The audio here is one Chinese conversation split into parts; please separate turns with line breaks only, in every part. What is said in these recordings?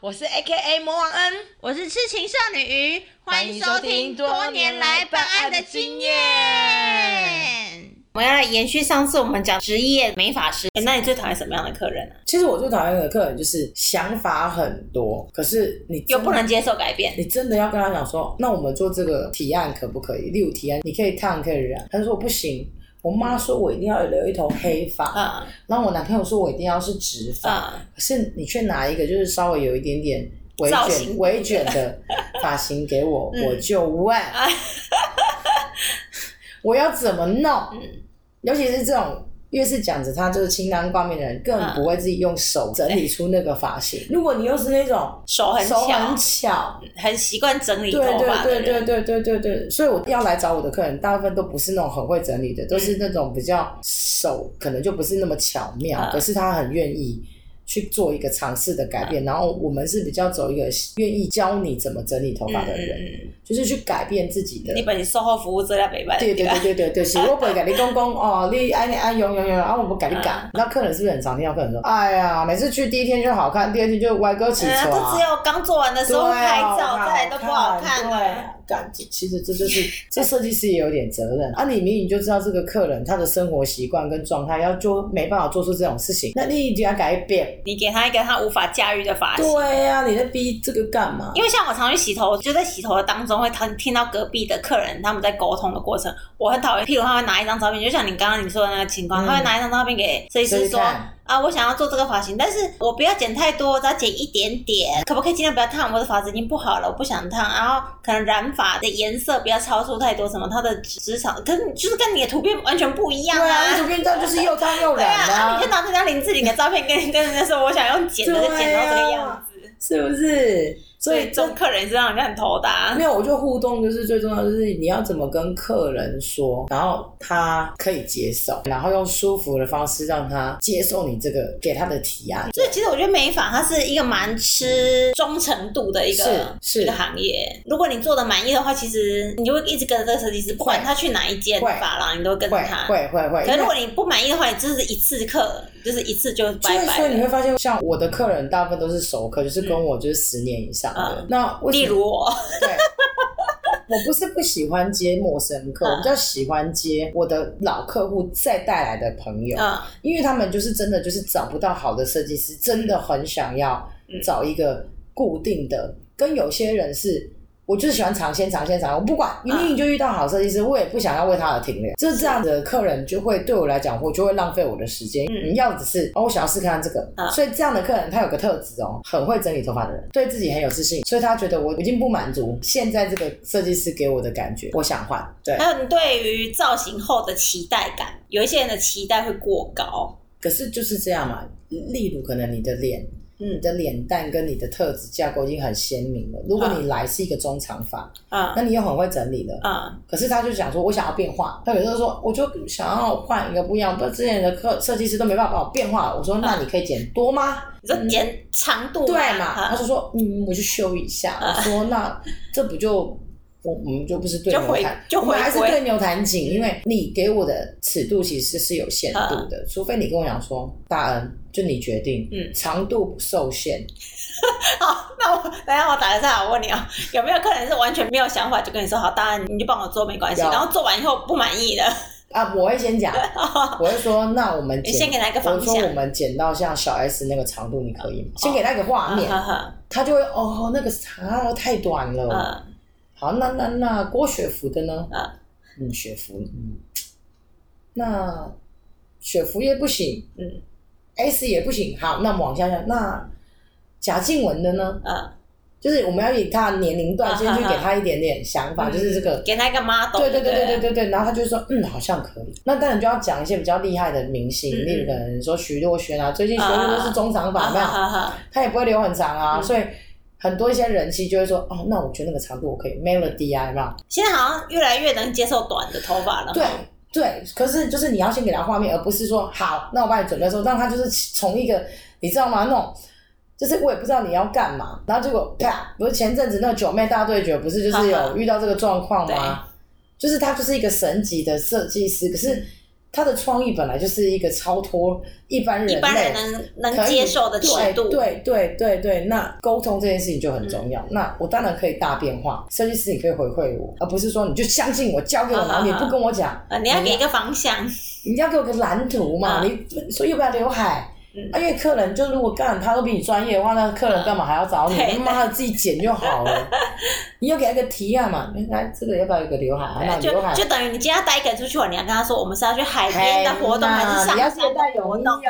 我是 A K A 魔王恩，
我是痴情少女鱼，欢迎收
收
听
听
多
多
年
年
来
来
办
办
案
案
的
的
经
经
验
验。
我们要来延续上次我们讲职业美发师，哎，那你最讨厌什么样的客人啊？
其实我最讨厌的客人就是想法很多，可是你真
又
的
不能接受改变，
你真的要跟他讲说，那我们做这个提案可不可以？例如提案，你可以烫，可以染。他就说不行，我妈说我一定要留一头黑发，
啊
然后我男朋友说我一定要是直发，
啊，
可是你却拿一个就是稍微有一点点微
造型
卷微卷的发型给我，
嗯
我就问，我要怎么弄？
嗯
尤其是这种越是讲着他就是清单挂面的人，更
嗯
不会自己用手整理出那个发型。如果你又是那种
手很
手很
巧，
巧，
很习惯整理
对
头发的
对对对
人，
对对对对，所以我要来找我的客人，大部分都不是那种很会整理的，都是那种比较手可能就不是那么巧妙，
嗯
可是他很愿意。去做一个尝试的改变，然后我们是比较走一个愿意教你怎么整理头
嗯
发的人，
嗯
就是去改变自己的
嗯，你把你售后服务质量没办法，
对对对对对对，是我不会跟你讲讲哦，你哎你哎用用用，啊我不跟你 讲。你知道客人是不是很常听到客人说，哎呀，每次去第一天就好看，第二天就歪哥起
嗯，
床。啊
都只有刚做完的时
对
候
啊，
拍照，再来都不好看啊
看
了。
对，啊感其实这就是 这设计师也有点责任啊。你明明就知道这个客人他的生活习惯跟状态，要就没办法做出这种事情，那你一定要改变。
你给他一个他无法驾驭的发型。
对呀、啊，你在逼这个干嘛？
因为像我常去洗头，就在洗头的当中会听听到隔壁的客人他们在沟通的过程，我很讨厌。譬如他会拿一张照片，就像你刚刚你说的那个情况，
嗯
他会拿一张照片给设计
所
师
以
说
看
啊，我想要做这个发型，但是我不要剪太多，我只要剪一点点，可不可以尽量不要烫？我的发质已经不好了，我不想烫。然后可能染发的颜色不要超出太多什么，它的职场跟就是跟你的图片完全不一样
对啊，
啊。
你图片照就是又烫又
对啊，
染
啊你就拿那张林志玲的照片跟跟人家说，我想用剪的，就剪到这个样子。
是不是？啊所
所
以
以
这
中客人是让人家很头大。啊
没有，我觉得互动就是最重要，就是你要怎么跟客人说，然后他可以接受，然后用舒服的方式让他接受你这个给他的提案。
所以其实我觉得美发它是一个蛮吃忠诚度的一个
是是
一个行业。如果你做的满意的话，其实你就会一直跟着这个设计师，不管他去哪一间
会
发廊，你都会跟着
会
他。
会会会，
可是
因
如
为
果你不满意的话，你就是一次课，就是一次就
所
拜
以所
拜
以你
了。
会发现，像我的客人大部分都是熟客，就是跟我就是十年以上
嗯
的。那为
例
什么？
如我，
对。 我不是不喜欢接陌生
嗯
客，我比较喜欢接我的老客户再带来的朋友。
嗯，
因为他们就是真的就是找不到好的设计师，真的很想要找一个固定的。跟有些人是，我就是喜欢尝鲜尝鲜尝鲜，我不管，明明就遇到好设计师，我也不想要为他而停留。就是这样的客人就会对我来讲，我就会浪费我的时间。
嗯
你要的是哦，我想要试看看这个，
嗯
所以这样的客人他有个特质哦，很会整理头发的人，对自己很有自信，所以他觉得我已经不满足现在这个设计师给我的感觉，我想换。对，
还有你对于造型后的期待感，有一些人的期待会过高。
可是就是这样嘛，例如可能你的脸。你
嗯
的脸蛋跟你的特质架构已经很鲜明了。如果你来是一个中长发，
嗯
那你又很会整理了。
嗯
可是他就想说，我想要变化。他有时候说，我就想要换一个不一样。但之前的课设计师都没办法把我变化。我说，那你可以剪多吗？
你说剪长度
嗯对嘛？
嘛，
他就说，嗯，我去修一下。我说，那这不就我我们就不是对
啊就
牛
回
弹，
就
我们
回
还是
归
对牛弹琴，因为你给我的尺度其实是有限度
啊
的，除非你跟我讲说，大恩就你决定，
嗯
长度不受限。
好，那我等一下我打个岔，我问你啊，有没有客人是完全没有想法就跟你说好，当然你就帮我做没关系，
有
然后做完以后不满意的，
啊，我 会先讲，我会说，那我们
你先
剪，
给他一个方
我
向
说我们剪到像小 S 那个长度，你可以吗？先
哦
给他一个画面，
呵呵
他就会哦，那个长太短了。
嗯
好，那那那郭雪芙的呢？
嗯
嗯，雪芙，嗯，那雪芙也不行，
嗯
，S 也不行。好，那我们往下讲，那贾静雯的呢？
嗯，
就是我们要以她的年龄段先
啊哈
去
哈嗯
给她一点点想法，就是这个
给他一个 model，
对对对
哦对
对对
不，
对对，然后他就说，嗯，好像可以。那当然就要讲一些比较厉害的明星，
嗯嗯
例如可能说徐若瑄啊，最近徐若瑄都是中长发，
啊
有没有？
哈哈，
她也不会留很长啊，
嗯
所以很多一些人气就会说，哦，那我觉得那个长度我可以，Melody 啊，有没有？
现在好像越来越能接受短的头发了，
对。对，可是就是你要先给他画面，而不是说好，那我帮你准备的时候，让他就是从一个你知道吗？那种就是我也不知道你要干嘛，然后结果啪，不是前阵子那个九妹大对决，不是就是
哈哈
有遇到这个状况
对
吗？就是他就是一个神级的设计师，可是他的创意本来就是一个超脱一般人类
一般人能能
可以
接受的尺度，嗯
对对对对对，那沟通这件事情就很重要。那我当然可以大变化，设计师你可以回馈我，而不是说你就相信我，交给我，
啊
然后你不跟我讲，
呃，你要给一个方向，
你要给我个蓝图嘛，
啊
你说要不要刘海？
嗯
啊，因为客人就如果干他都比你专业的话，那客人干嘛还要找你？
对
他妈的自己剪就 好了。你要给他一个提案嘛，来这个要不要有个刘海？啊那
哎就
刘海
就等于你今天要带一个人出去玩，你要跟他说我们是要去海边的活动，
哎
还
那
是上
你要
山
记得带
的
泳
活
衣
动
哦？。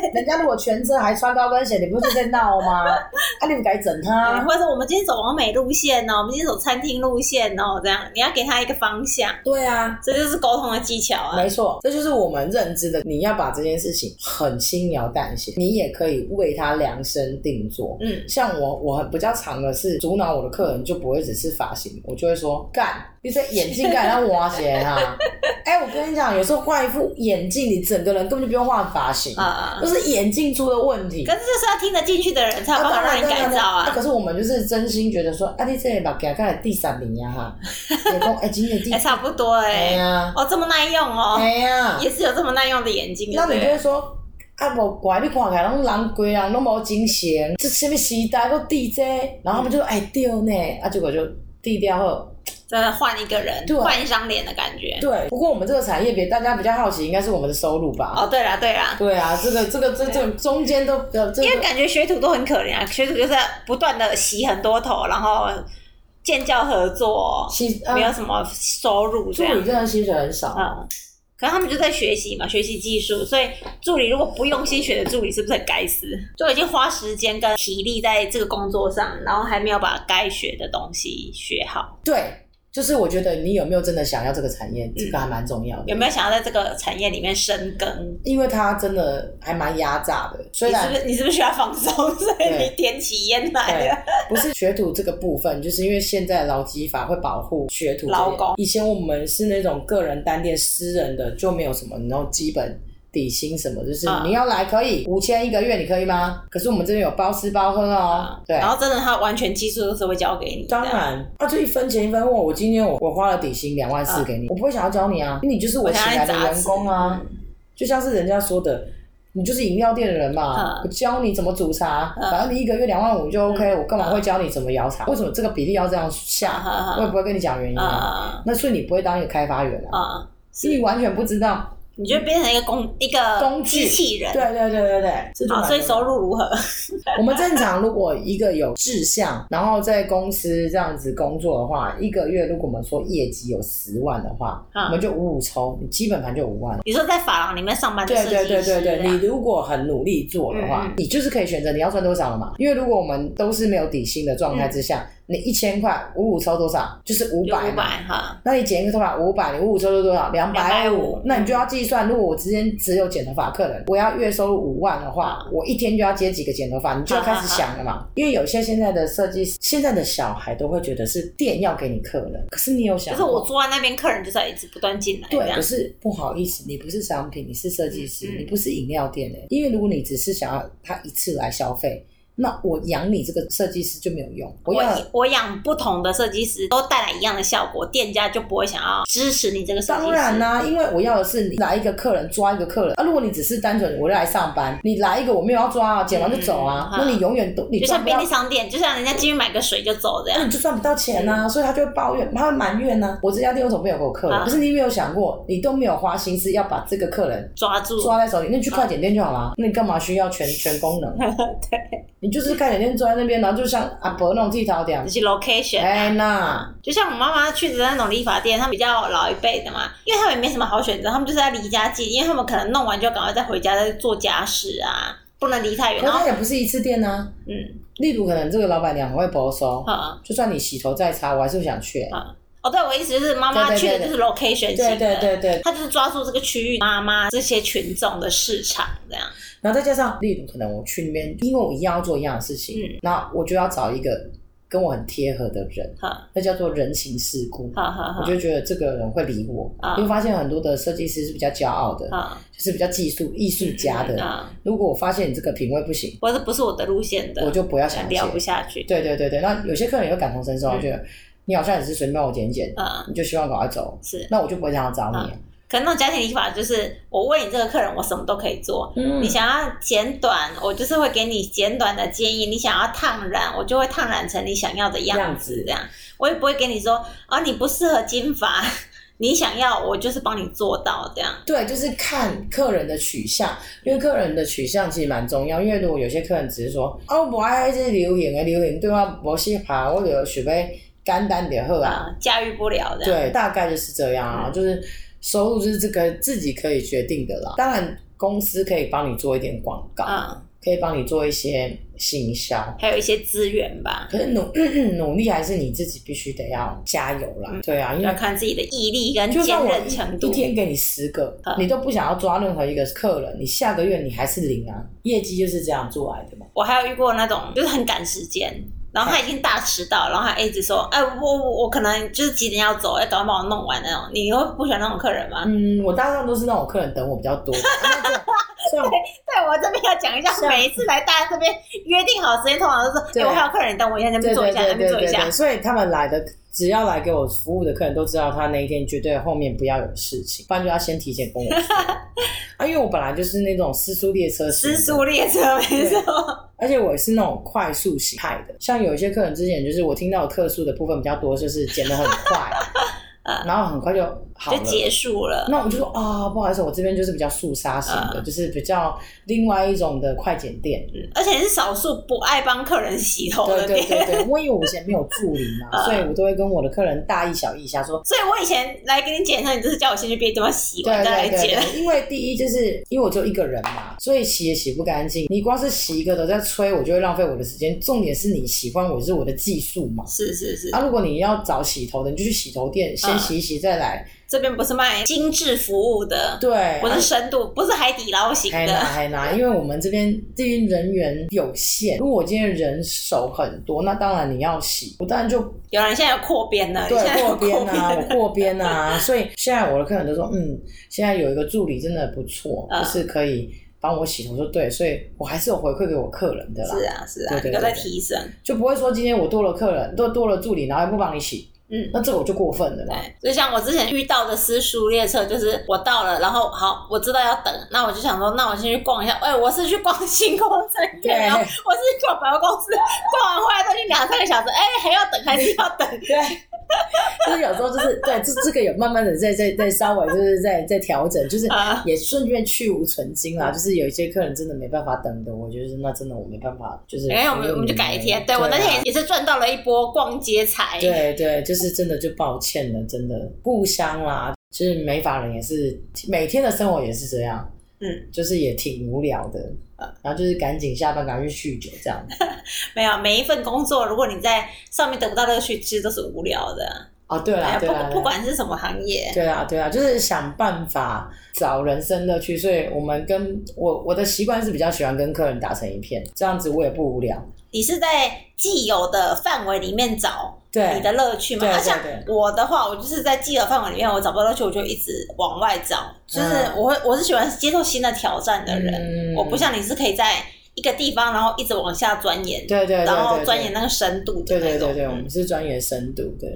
那人家如果全遮还穿高跟鞋，你不是在闹吗？ 啊，你们该整
对，
他。
或者说我们今天走完美路线哦，我们今天走餐厅路线哦，这样你要给他一个方向，
对啊，
这就是沟通的技巧啊。
没错，这就是我们认知的。你要把这件事情很轻描淡写，你也可以为他量身定做。
嗯，
像我，我很比较常的是阻挠我的客人，就不会只是发型，我就会说干，你这眼镜干要挖 鞋啊！哎、我跟你讲，有时候换一副眼镜，你整个人根本就不用换发型，
啊、
都是眼镜出了问题。
可是这是要听得进去的人才有
啊
办法
当
让
然
你改造
当然
啊。
可是我们就是真心觉得说，啊，你这个目镜看来第三名 呀哈，也讲哎，今年第
哎、，差不多哎、
哎呀，
哦，这么耐用哦，
哎呀，
也是有这么耐用的眼睛，
那
对
你
不
就
对
会说，啊，无怪你看起来拢人规人拢无精神，这什么时代个 DJ，然后他们
嗯
就说哎对呢，啊，结果就低调后。
真的换一个人
对，
换一张脸的感觉。
对，不过我们这个产业别大家比较好奇，应该是我们的收入吧？
哦，对啦对啦，
对啊，这个这个这这中间都呃这
因为
个。
感觉学徒都很可怜啊，学徒就是在不断的洗很多头，然后建教合作，
其呃
没有什么收入
助
这样
理。真的薪水很少，
嗯，可是他们就在学习嘛，学习技术，所以助理如果不用心学的助理是不是很该死？就已经花时间跟体力在这个工作上，然后还没有把该学的东西学好，
对，就是我觉得你有没有真的想要这个产业，这个还蛮重要的。
有没有想要在这个产业里面深耕？
因为它真的还蛮压榨的，虽
你
然
是不是你是不是需要放松？所以
啊对
你点起烟来
对
了。，
不是学徒这个部分，就是因为现在劳基法会保护学徒这
劳
些
工
以前我们是那种个人单店、私人的，就没有什么那种基本。底薪什么，就是
嗯
你要来可以五千一个月，你可以吗？可是我们这边有包吃包喝哦，对，
嗯然后真的他完全技术都是会教给你的。
当然，啊，就一分钱一分货。我今天我我花了底薪两万四给你，我不会想要教你啊，因为你就是我
嗯我
请
想要
来的
你砸
员工啊。就像是人家说的，你就是饮料店的人嘛，
嗯
我教你怎么煮茶，
嗯
反正你一个月两万五就 OK，我干嘛会教你怎么摇茶？为什么这个比例要这样下？
啊
我也不会跟你讲原因
啊
啊。
啊
那所以你不会当一个开发员啊，
啊！
所以你完全不知道。
你就变成一个工一个
工
机
具
器人
对。对对对对，这就
好，
蛮
所以收入如何？
我们正常，如果一个有志向，然后在公司这样子工作的话，一个月如果我们说业绩有十万的话，
嗯
我们就五五抽，你基本盘就五万。
你说在发廊里面上班的
对
设计
对
师
对对
这
对，
样
你如果很努力做的话，
嗯嗯
你就是可以选择你要赚多少了嘛。因为如果我们都是没有底薪的状态之下，你一千块五五抽多少，就是五
嗯有
百
五
嘛。
百哈，
那你剪一个头发五百，你五五抽就多少？两百五
250。
那你就要计算，如果我之前只有剪头发客人，我要月收入五万的话，我一天就要接几个剪头发，你就要开始想了嘛。因为有些现在的设计师，现在的小孩都会觉得是店要给你客人，可是你有
就
想
是
过，
我坐在那边，客人就在一直不断进来这
对，
样
可。是不好意思，你不是商品，你是设计师，
啊嗯嗯
你不是饮料店的、因为如果你只是想要他一次来消费，那我养你这个设计师就没有用，我
我
要。
我养不同的设计师都带来一样的效果，店家就不会想要支持你这个设计师。
当然啦、因为我要的是你来一个客人抓一个客人啊。如果你只是单纯我来上班，你来一个我没有要抓啊，剪完就走啊，
嗯
那你永远都你
就
赚
像
不到
便利，商店，就像人家进去买个水就走这
那
样。
你就赚不到钱啊，所以他就会抱怨，他会埋怨啊呢、我这家店为什么没有给我客
嗯
人？
啊
可是你有没有想过，你都没有花心思要把这个客人
抓住，
抓在手里，那你去快点店就好了，那你干嘛需要全全功能？
嗯 对，
你就是快点店坐在那边，然后就像阿伯那种剃头店
就，是 location 啊、
哎那
就像我妈妈去的那种理发店，他们比较老一辈的嘛，因为他们也没什么好选择，他们就是在离家近，因为他们可能弄完就赶快再回家再做家事啊，不能离太远。
可是
然
他
后，
也不是一次店啊。
嗯，
例如可能这个老板娘很会保收，
啊、
就算你洗头再擦，我还是想去、欸
啊哦，对，我意思就是妈妈
对对
去
对
的就是 location 型的，
对对对对，
他就是抓住这个区域妈妈这些群众的市场这样。
然后再加上，例如可能我去那边，因为我一样要做一样的事情
嗯，
那、我就要找一个跟我很贴合的人，
哈
那叫做人情世故。
哈哈哈
我就觉得这个人会理我，
啊
你会发现很多的设计师是比较骄傲的，
哈
就是比较技术艺术家的。
啊，
如果我发现你这个品味不行，
或者不是我的路线的，
我就不要想接
聊。啊不下去。
对对对对，那有些客人也会感同身受，啊
嗯
觉得你好像也是随便帮我剪剪，
啊，
你就希望赶快走，
是
那我就不会想要找你啊。
可能那种家庭理发就是，我为你这个客人，我什么都可以做。
嗯
你想要剪短，我就是会给你剪短的建议；你想要烫染，我就会烫染成你想要的样
样
子
子。
这样，我也不会给你说啊，你不适合金发， 你想要我就是帮你做到这样。
对，就是看客人的取向，因为客人的取向其实蛮重要。因为如果有些客人只是说，哦，我不爱这流行的流行，对我不喜欢，我就想要简单点好啊。
啊，驾驭不了的。，
对，大概就是这样
嗯
啊，就是收入就是这个自己可以决定的啦。当然，公司可以帮你做一点广告，
啊，
可以帮你做一些行销，
还有一些资源吧，
可是努 努力还是你自己必须得要加油啦。对啊，因
要
为
看自己的毅力跟
就
嗯坚
算我
韧程
一
度
一。天给你十个
嗯，
你都不想要抓任何一个客人，你下个月你还是零啊，业绩就是这样做来的嘛。
我还有遇过那种就是很赶时间，然后他已经大迟
嗯
到，然后他一直说，哎，我我我可能就是几点要走，要赶快帮我弄完那种。你会不喜欢那种客人吗？
嗯，我大概都是那种客人等我比较 多，那这样像
对我这边要讲一下，
是啊
每一次来大家这边约定好时间，通常都是，
对
哎，我还有客人，你等我一下，那边
对
坐
对
一下，那
对
边
对
坐一
对
下
对，。所以他们来的只要来给我服务的客人都知道，他那一天绝对后面不要有事情，不然就要先提前跟我 说。啊，因为我本来就是那种私速列车型
失
的，
速列车，没错，
而且我也是那种快速型派的，像有一些客人之前就是我听到的客诉的部分比较多，就是剪得很 快
啊，
然后很快就好
就
了。
结束了。嗯
那我就说啊，不好意思，我这边就是比较速杀型的，就是比较另外一种的快剪店。
而且是少数不爱帮客人洗头的
嗯对对
店。
对对，我因为我以前没有助理
嗯
嘛，所以我都会跟我的客人大意小意一下说，
所以我以前来给你剪的时候，你就是叫我先去别的地方洗
对
完再来
对对
剪。
对，因为第一就是因为我只有一个人嘛，所以洗也洗不干净。你光是洗一个头在吹，我就会浪费我的时间。重点是你喜欢我是我的技术嘛。
是是是，
啊，如果你要找洗头的，你就去洗头店先洗一洗再来。
这边不是卖精致服务的，
对，
嗯
啊哎
不是深度，不是海底捞型
还拿
的。
还拿，因为我们这边这边人员有限，如果我今天人手很多，那当然你要洗，我当然就
有人现在有扩编的，
对
现在
过
有
边啊，我
编。
过边啊，所以现在我的客人都说，嗯，现在有一个助理真的不错，
嗯
就是可以帮我洗头，就对，所以我还是有回馈给我客人的啦，
是啊是啊
对，对对
有在提升。
就不会说今天我多了客人，多多了助理，然后也不帮你洗，
嗯，
那这个我就过分了嘛。
对，就像我之前遇到的私塾列车，就是我到了，然后好，我知道要等，那我就想说，那我先去逛一下。哎、我是去逛星空商店，
对
然后我是去逛百货公司，逛完回来再去两三个小时，哎、还要等，还是要等。
对， 就是有时候就是对这这个有慢慢的在在在稍微就是在在调整，就是
啊
也顺便去无存精啦。就是有一些客人真的没办法等的，我觉得那真的我没办法，就是
哎、我
服务
们我们就
你
改一
们
天。对我那
啊
天也是赚到了一波逛街财。
对对，就是真的就抱歉了，真的互相啦，就是美法人也是每天的生活也是这样，
嗯，啊
就是也挺无聊的，然后就是赶紧下班赶快去酗酒这样，
没有每一份工作，如果你在上面得不到乐趣，其实都是无聊的。
哦，对
哎
啦
呀
对啦，对啦
不不管是什么行业，
对啊，对啊，就是想办法找人生乐趣，所以我们跟我我的习惯是比较喜欢跟客人打成一片，这样子我也不无聊。
你是在既有的范围里面找
对
你，的乐趣嘛？
对
啊
对
像
对
我的话，我就是在既有范围里面，我找不到乐趣，我就一直往外找。就是
嗯
我会我是喜欢接受新的挑战的人，
嗯
我不。像你是可以在一个地方，然后一直往下钻研，
对对对对，
然后
对
钻研。那个深度的
对
那
对
种。
对对，我
嗯
们是钻研深度的。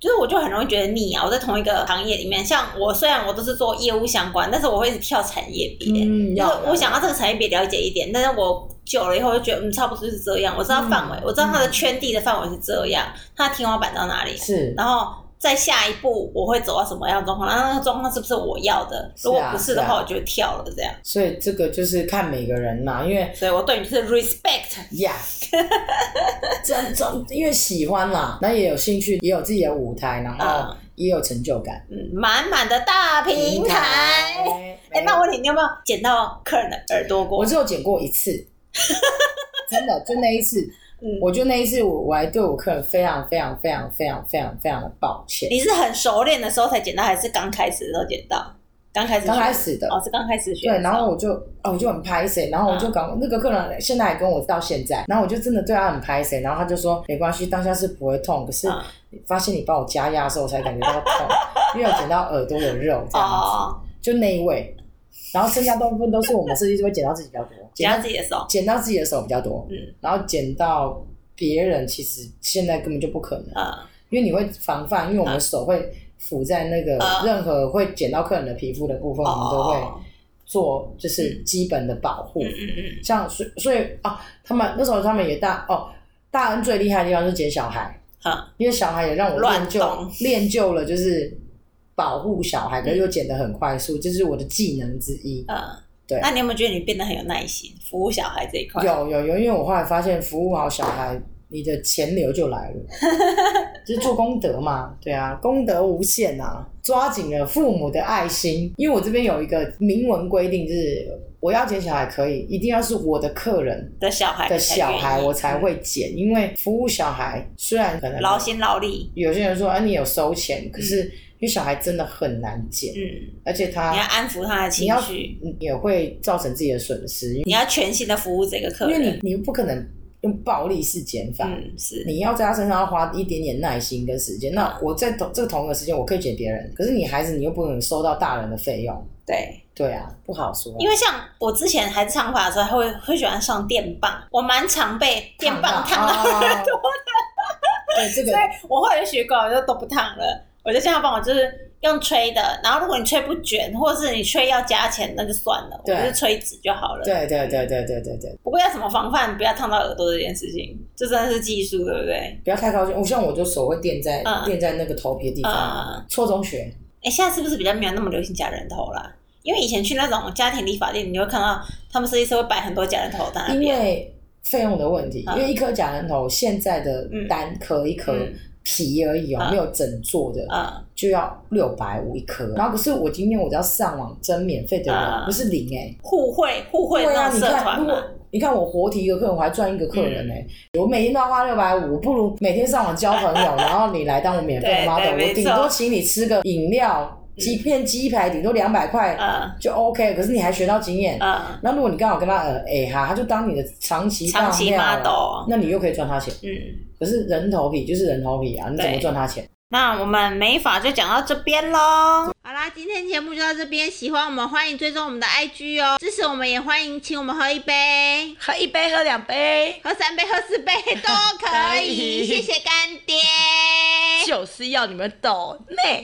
就是我就很容易觉得腻啊！我在同一个行业里面，像我虽然我都是做业务相关，但是我会一直跳产业别，
嗯，
就是
要
我想要这个产业别了解一点，但是我久了以后就觉得，嗯，差不多就是这样。我知道范围，
嗯
我知道它的圈地的范围是这样，它的天花板到哪里，
是
然后在下一步我会走到什么样的状况，那那个状况是不是我要的？
是啊
如果不是的话，
是啊
我就跳了这样。
所以这个就是看每个人啦，因为
所以我对你就是 respect，
呀，真真因为喜欢啦，那也有兴趣，也有自己的舞台，然后也有成就感。
嗯，满满的大嗯平台。 哎、那我问你，你有没有捡到客人的耳朵过
我？只有剪过 一次，真的就那一次，
嗯
我就那一次我我还对我客人非常非常非常非常非常非常的抱歉。
你是很熟练的时候才捡到，还是刚开始的时候捡到？刚开始学
刚开始的
哦，嗯是刚开始学的
对，
时候。
然后我就啊，我就很拍谁，然后我就搞、那个客人现在还跟我到现在，然后我就真的对他很拍谁，然后他就说没关系，当下是不会痛，可是
嗯
发现你帮我加压的时候，我才感觉到痛，因为我剪到耳朵有肉这样子，
哦，
就那一位，然后剩下大部分都是我们设计师会剪到自己比较多，
捡到自己的哦手，
剪到自己的手比较多，
嗯
然后剪到别人其实现在根本就不可能，
嗯，
因为你会防范，因为我们手会浮在那个
啊
任何会剪到客人的皮肤的部分，我们都会
哦，
做就是基本的保护。
嗯嗯
像所以所以啊，他们那时候他们也大哦，大恩最厉害的地方是捡小孩，
好，
因为小孩也让我
乱
练就
动
练就了就是保护小孩，可是又剪得很快速，这、是我的技能之一。
嗯，嗯
对
那你有没有觉得你变得很有耐心，服务小孩这一块？
有有有，因为我后来发现服务好小孩，你的钱流 就来了，就是做功德嘛，对啊，功德无限啊，抓紧了父母的爱心。因为我这边有一个明文规定，就是我要捡小孩可以，一定要是我的客人
的小孩
的
你才
小
愿
孩
意
我才会捡，因为服务小孩虽然可能
劳心劳力，
有些人说啊你有收钱，可是因为小孩真的很难捡，
嗯，
而且
你要
他
安抚他的
你
情
要
绪，
也会造成自己的损失，因
你要全心的服务这个客
为
人，
你你不可能用暴力式减法。
嗯是
你要在他身上要花一点点耐心跟时
嗯
间，那我在同这个同一个时间，我可以捡别人，可是你孩子你又不能收到大人的费用，
对。
对啊，不好说啊、
因为像我之前还是长发的时候，还会会喜欢上电棒，我蛮常被电棒烫到，
到耳朵哦对这个
所，以我后来就学乖，我就都不烫了，我就这样帮我就是用吹的，然后如果你吹不卷，或是你吹要加钱，那就算了，我
对
就是吹直就好了。
对对对对对对对，
不过要怎么防范不要烫到耳朵这件事情，这真的是技术，对不对？
不要太靠近。我像我就手会垫在、
嗯
垫在那个头皮的地
嗯嗯
方，错、中学。
哎，现在是不是比较没有那么流行假人头啦？因为以前去那种家庭理发店，你会看到他们设计师会摆很多假人头在那
因
边。
为费用的问题，
嗯
因为一颗假人头现在的单颗一颗
嗯
皮而已哦、
嗯
没有整座的，
啊、
就要六百五一颗。然后可是我今天我只要上网征免费的人，
嗯
不是零哎、
互惠互惠
对
那
啊，
种
你
社
看，
团嗯
如
嘛
果，你看我活提一个客人，我还赚一个客人呢、我每天都要花六百五，不如每天上网交朋 友，然后你来当我免费的
对
model，
对
我
没
顶
错嗯
多请你吃个饮料，几片鸡排，顶多两百块
啊
就 OK。可是你还学到经验。
啊
那如果你刚好跟他呃哎哈，他就当你的长期
长期
当料了
model
那你又可以赚他钱。
嗯，
可是人头皮就是人头皮啊，你怎么
对
赚他钱？
那我们美发就讲到这边喽。
好啦，今天节目就到这边，喜欢我们欢迎追踪我们的 IG 哦，支持我们也欢迎请我们喝一 杯、
喝一杯，喝两杯，
喝三杯、喝四杯都可
可以
以，谢谢干爹。
就是要你们懂内。